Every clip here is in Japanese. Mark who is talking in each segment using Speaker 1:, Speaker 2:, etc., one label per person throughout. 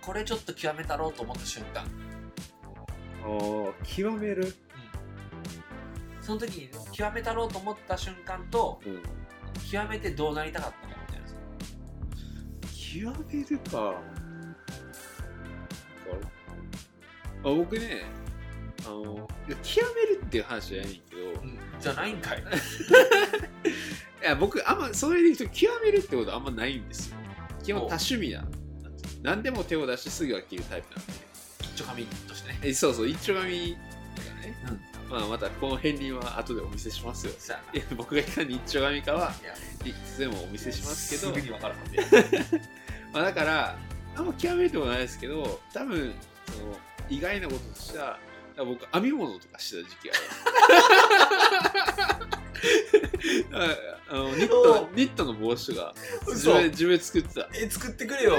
Speaker 1: これちょっと極めたろうと思った瞬間、
Speaker 2: おー極める、
Speaker 1: その時に極めたろうと思った瞬間と、
Speaker 2: うん、
Speaker 1: 極めてどうなりたかったかみたいな。
Speaker 2: 極めるかあ僕ねあのいや極めるっていう話じゃないけど、
Speaker 1: うん、じゃないんかい。
Speaker 2: いや僕あんまそれで言うと極めるってことはあんまないんですよ基本多趣味な何でも手を出してすぐは切るタイプなんで
Speaker 1: 一応紙としてね。
Speaker 2: えそうそう一丁紙だからね、まあまたこの片鱗は後でお見せしますよ
Speaker 1: さあ
Speaker 2: いや僕がいかに一丁紙かはい
Speaker 1: や、
Speaker 2: いつでもお見せしますけど
Speaker 1: すぐにわかるもんね。
Speaker 2: まあ、だからあんま極めるともないですけど多分その意外なこととしてはだから僕編み物とかしてた時期あ るああのニッ
Speaker 1: お
Speaker 2: トニットの帽子とか自
Speaker 1: 嘘
Speaker 2: 分で自分で作ってた
Speaker 1: え、作ってく れよ。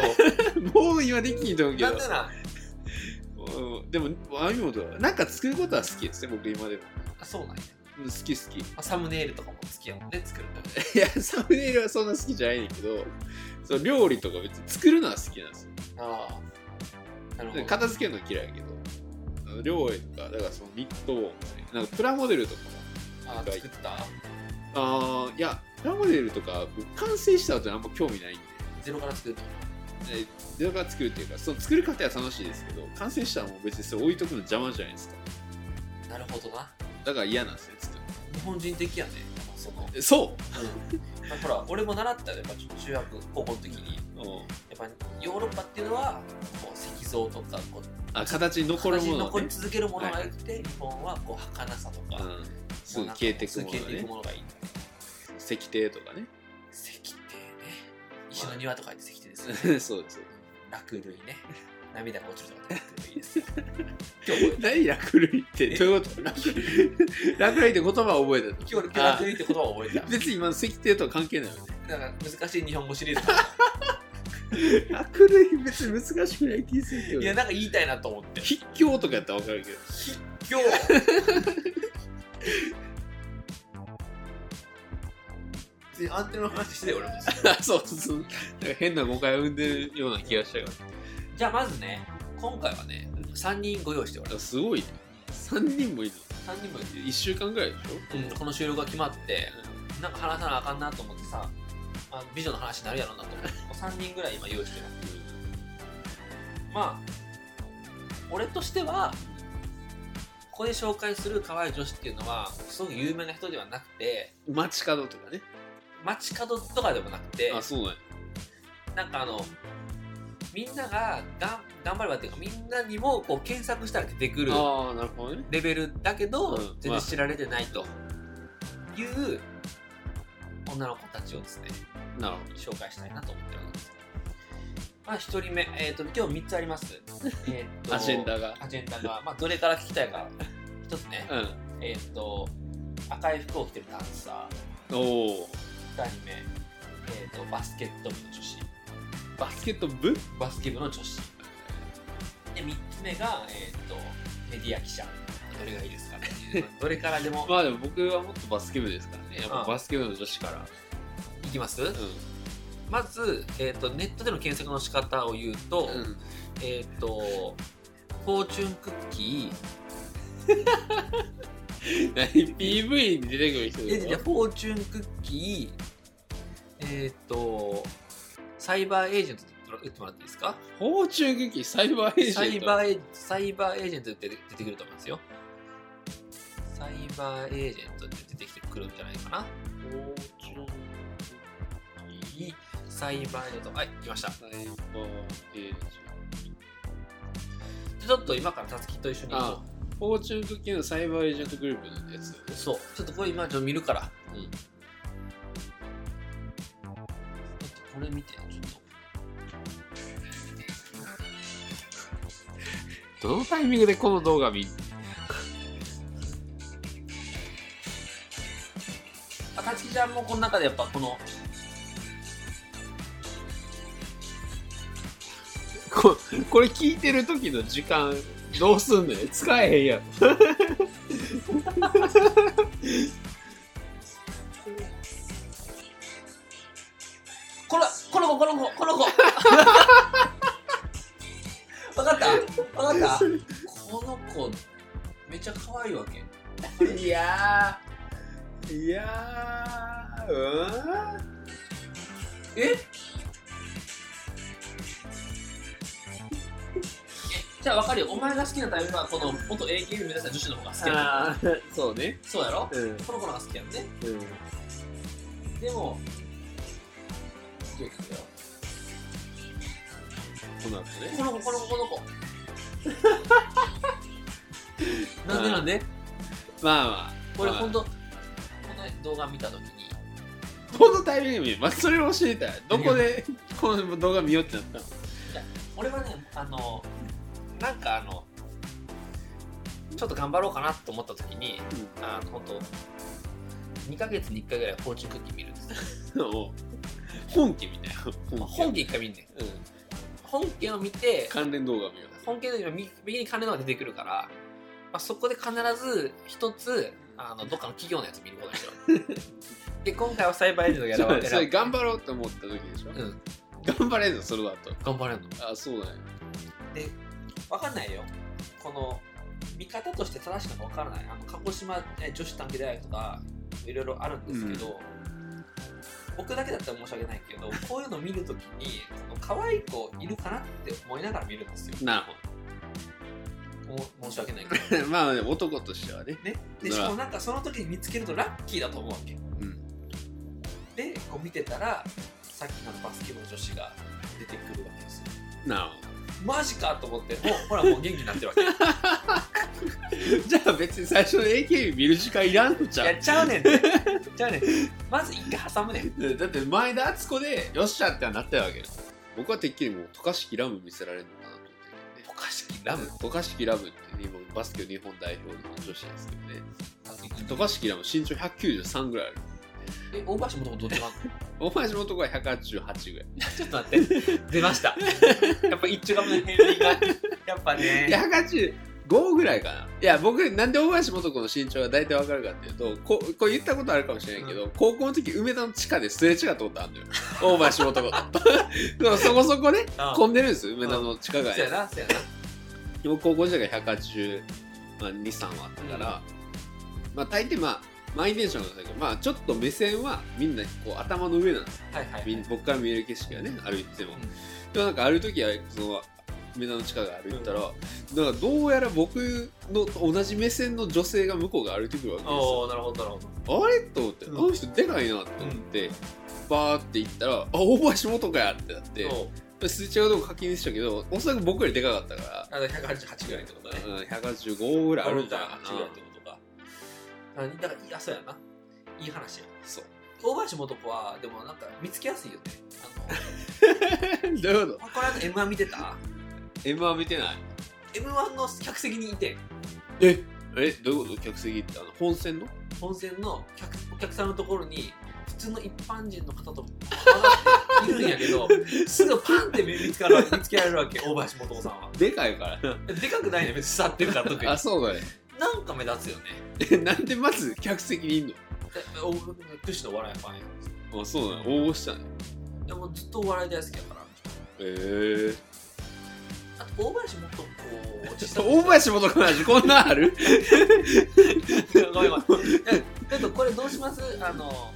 Speaker 2: もう今できんと思うけど
Speaker 1: なんでな。
Speaker 2: うんでも編み物とかなんか作ることは好きですね僕今でも
Speaker 1: あ、そうなんや。
Speaker 2: うん好き 好き
Speaker 1: あサムネイルとかも好きやもんね、作るの。
Speaker 2: いやサムネイルはそんな好きじゃないんだけどその料理とか別に作るのは好きなんですよ
Speaker 1: ああ。なるほど。
Speaker 2: 片付けるの嫌いやけどあの料理とかだからそのニット帽なんかプラモデルとかも
Speaker 1: あー作ってた
Speaker 2: あーいやプラモデルとか僕完成した後にあんま興味ないんで
Speaker 1: ゼロから作ると。
Speaker 2: で自分から作るっていうかその作る過程は楽しいですけど完成したらもう別にそれ置いとくの邪魔じゃないですか
Speaker 1: なるほどな。
Speaker 2: だから嫌なんですよ作る
Speaker 1: 日本人的やね。その、
Speaker 2: のそ
Speaker 1: まあほら、俺も習ったよ。やっぱ中学、高校の時に。
Speaker 2: う、うん、
Speaker 1: やっぱヨーロッパっていうのはこう石像とかこう
Speaker 2: あ形に残る
Speaker 1: 形
Speaker 2: も
Speaker 1: に
Speaker 2: の
Speaker 1: 残
Speaker 2: はね
Speaker 1: り続けるものが良くて、日本はこう儚さとか、
Speaker 2: う、
Speaker 1: もうん
Speaker 2: す
Speaker 1: な
Speaker 2: ぐ
Speaker 1: んか
Speaker 2: 消えてく
Speaker 1: す
Speaker 2: も
Speaker 1: ぐ
Speaker 2: の
Speaker 1: 消えてい
Speaker 2: ね
Speaker 1: くものがいいって
Speaker 2: 石庭とかね
Speaker 1: 石庭ね石の庭とか言って石庭ですよね
Speaker 2: そうです
Speaker 1: 落類ね涙が落ちるとかね落類ですよ今日覚えた
Speaker 2: 何落類って
Speaker 1: え
Speaker 2: どういうこと落類って言葉を覚えたの
Speaker 1: 今日俺落類って言葉を覚えて
Speaker 2: 別に今の石庭とは関係ないよね。
Speaker 1: たなんか難しい日本語シリーズだ
Speaker 2: 悪類別に難しくない気するけ
Speaker 1: いやなんか言いたいなと思って
Speaker 2: 筆境とかやったら分かるけど。
Speaker 1: 今日 別にアンテナの話してよ俺も
Speaker 2: そうそう。なんか変な誤解を生んでるような気がしたか
Speaker 1: じゃあまずね今回はね3人ご用意しておりま
Speaker 2: ら。すごいね。3人もいる
Speaker 1: す3人もいて
Speaker 2: の。1週間ぐらいでし
Speaker 1: うんこの収録が決まってなんか話さなあかんなと思ってさあ美女の話になるやろうなと思って3人ぐらい今用意してるまあ俺としてはここで紹介する可愛い女子っていうのはすごく有名な人ではなくて
Speaker 2: ょ街角とかね。
Speaker 1: 街角とかでもなくて
Speaker 2: あ、そうなんや。
Speaker 1: なんかあのみんなががん頑張ればっていうかみんなにもこう検索したら出てくる
Speaker 2: ああ、なるほどね。
Speaker 1: レベルだけど、
Speaker 2: うん
Speaker 1: 全然
Speaker 2: まあ
Speaker 1: 知られてないという女の子たちをですね
Speaker 2: なる
Speaker 1: 紹介したいなと思っております。まあ一人目、えっ、と今日3つあり ます。えー
Speaker 2: ほ
Speaker 1: と
Speaker 2: ど。アジェン。ダが。
Speaker 1: アジェンダがまあどれから聞きたいか一つね。
Speaker 2: うん。
Speaker 1: えっ、と赤い服を着てるダンサ
Speaker 2: お
Speaker 1: ー。
Speaker 2: お。
Speaker 1: 二人目、えっ、とバスケット部の女子。
Speaker 2: バスケット部
Speaker 1: バスケ部の女子。で三つ目がえっ、とメディア記者。どれがいいですかね。どれからでも
Speaker 2: まあでも僕はもっとバスケ部ですからね。やっ
Speaker 1: あ
Speaker 2: ぱ
Speaker 1: あ
Speaker 2: バスケ部の女子から。
Speaker 1: いきます。
Speaker 2: う
Speaker 1: まず、えー、とネットでの検索の仕方を言うと、
Speaker 2: ん。うん
Speaker 1: えっ、とフォーチュンクッキ
Speaker 2: 何 ?PV に出てくる人
Speaker 1: ーえじゃ
Speaker 2: で
Speaker 1: あフォーチュンクッキーえっ、とサイバーエージェントって打ってもらっていいですか
Speaker 2: フォーチュン劇サイバーエージェント。
Speaker 1: サイバーエサイバーエージェントって出てくると思うんですよサイバーエージェントって出てきてくるんじゃないかないいサイバーエージェントはい来ましたちょっと今からたつきと一緒に
Speaker 2: あフォーチュンクッキーのサイバーエージェントグループのやつ
Speaker 1: そうちょっとこれ今ちょっと見るから
Speaker 2: うん
Speaker 1: ちょっとこれ見てちょっと
Speaker 2: どのタイミングでこの動画見
Speaker 1: あたつきちゃんもこの中でやっぱこの
Speaker 2: ここれ聞いてる時の時間どうすんのよ使えへんやろ
Speaker 1: このこの子この子この子いわけ
Speaker 2: いやーいやーうーん
Speaker 1: えじゃあ分かるよお前が好きなタイプはこの元 AKB 目指した女子の方が好きやな
Speaker 2: あーそうね
Speaker 1: そうやろ
Speaker 2: うんうん
Speaker 1: この子の方が好きやんねでもどうやったよ
Speaker 2: この後ね
Speaker 1: この子この子この子なんでなんで
Speaker 2: まあまあ
Speaker 1: これ
Speaker 2: まあ
Speaker 1: 本当この動画見た時に
Speaker 2: このタイミングで見るまあ、それを教えたいどこでこの動画見ようってなったの
Speaker 1: 俺はねあのなんかあのちょっと頑張ろうかなと思った時にあの本当2ヶ月に1回ぐらいフォーチュンクッキー見るんですよ
Speaker 2: もう本家みたいな本
Speaker 1: 本家1回見んねん
Speaker 2: うん、
Speaker 1: 本家を見て
Speaker 2: 関連動画見よ
Speaker 1: 本家の今右右に関連のが出てくるから、まあ、そこで必ず一つあのどっかの企業のやつ見ることにしよ うで今回は栽培人の
Speaker 2: う
Speaker 1: やらわ
Speaker 2: そ
Speaker 1: れ
Speaker 2: れ
Speaker 1: て
Speaker 2: それ頑張ろうと思った時でしょ、
Speaker 1: うん
Speaker 2: 頑張れんのそれだと
Speaker 1: 頑張れんの
Speaker 2: あそうだよ
Speaker 1: 分かんないよこの見方として正しいのか分からないあの鹿児島え女子短期大学とかいろいろあるんですけど、僕だけだったら申し訳ないけどこういうの見るときにこの可愛い子いるかなって思いながら見るんですよ
Speaker 2: な
Speaker 1: お申し訳ないけど
Speaker 2: るほど まあね男としてはね
Speaker 1: ね、で
Speaker 2: うわ
Speaker 1: しかもなんかその時に見つけるとラッキーだと思うわけ、
Speaker 2: ん
Speaker 1: でこう見てたらさっきのバスケ部の女子が出てくるわけですよ
Speaker 2: なるほ
Speaker 1: マジかと思ってもうほらもう元気になってる わけい
Speaker 2: ど じゃあ別に最初の AKB 見る時間いらんのちゃう
Speaker 1: やちゃうねんってちゃうねんまず一回挟むねん
Speaker 2: だって前田敦子でよっしゃってはなったわけよ僕はてっきりもう渡嘉敷ラム見せられるのかなと思って
Speaker 1: おかしき
Speaker 2: ラ
Speaker 1: ラ
Speaker 2: ム
Speaker 1: ム
Speaker 2: 渡嘉敷ラムって今バスケ日本代表の女子なんですけどね渡
Speaker 1: え
Speaker 2: 嘉敷ラム身長193ぐらいある
Speaker 1: 大橋もともとどっちもあん の
Speaker 2: 大橋の男は188ぐらい
Speaker 1: ちょっと待って出ましたやっぱ一丁目の平均がやっぱ
Speaker 2: い
Speaker 1: ね
Speaker 2: や85ぐらいかないや僕なんで大橋素子の身長が大体わかるかっていうとこうこう言ったことあるかもしれないけど、高校の時梅田の地下ですれ違ったことあるのよ大橋素子と でもそこそこね
Speaker 1: あ
Speaker 2: 混んでるんですよ梅田の地下街
Speaker 1: そうやなそうや
Speaker 2: でも高校時代が182、3はあったから、まあ大抵まあ満員電車の中だけどまあちょっと目線はみんなこう頭の上なんですよ
Speaker 1: なはいはい
Speaker 2: みん僕から見える景色がね歩いてても、
Speaker 1: うん
Speaker 2: でもなんかある時はその目の近く歩いたら、なんかどうやら僕のと同じ目線の女性が向こうが歩いてくるわけですよ
Speaker 1: おおなるほどなるほど
Speaker 2: あれと思って、
Speaker 1: うん
Speaker 2: あの人でかいなって思って、バーって行ったら「あ大橋元かや」ってなって
Speaker 1: そう
Speaker 2: すれ違うとこ課金したけどおそらく僕よりでかかったから
Speaker 1: あだから188ぐらいってことだね
Speaker 2: うん、185ぐらい あるんじゃないか
Speaker 1: 違うってことか。あだから、いや、そうやな。いい話や。
Speaker 2: な。そう。
Speaker 1: 大橋元子は、でもなんか見つけやすいよね。あのあこ
Speaker 2: どういうこ
Speaker 1: れあの M1 見てた
Speaker 2: と ?M は見てない
Speaker 1: ?M1 の客席にいて、
Speaker 2: ええどういうこと客席ってあの本線の
Speaker 1: 本線の客お客さんのところに、普通の一般人の方と混ざっているんやけど、すぐパンって見つかるわけ見つけられるわけ、大橋元子さんは。
Speaker 2: でかい から
Speaker 1: でかくないね、別に座ってるから特に。
Speaker 2: な。あ、そうだね。
Speaker 1: なんか目立つよね。
Speaker 2: えなんでまず客席にいん
Speaker 1: えお屈指のお笑いファンや。
Speaker 2: のあ、そうなの応募したね。
Speaker 1: でもずっとお笑い大好きやから。
Speaker 2: えー、
Speaker 1: あと大林もっとこう
Speaker 2: ちょっと大 林元子の話こんなんある
Speaker 1: ごめんごめんえっとこれどうしますあの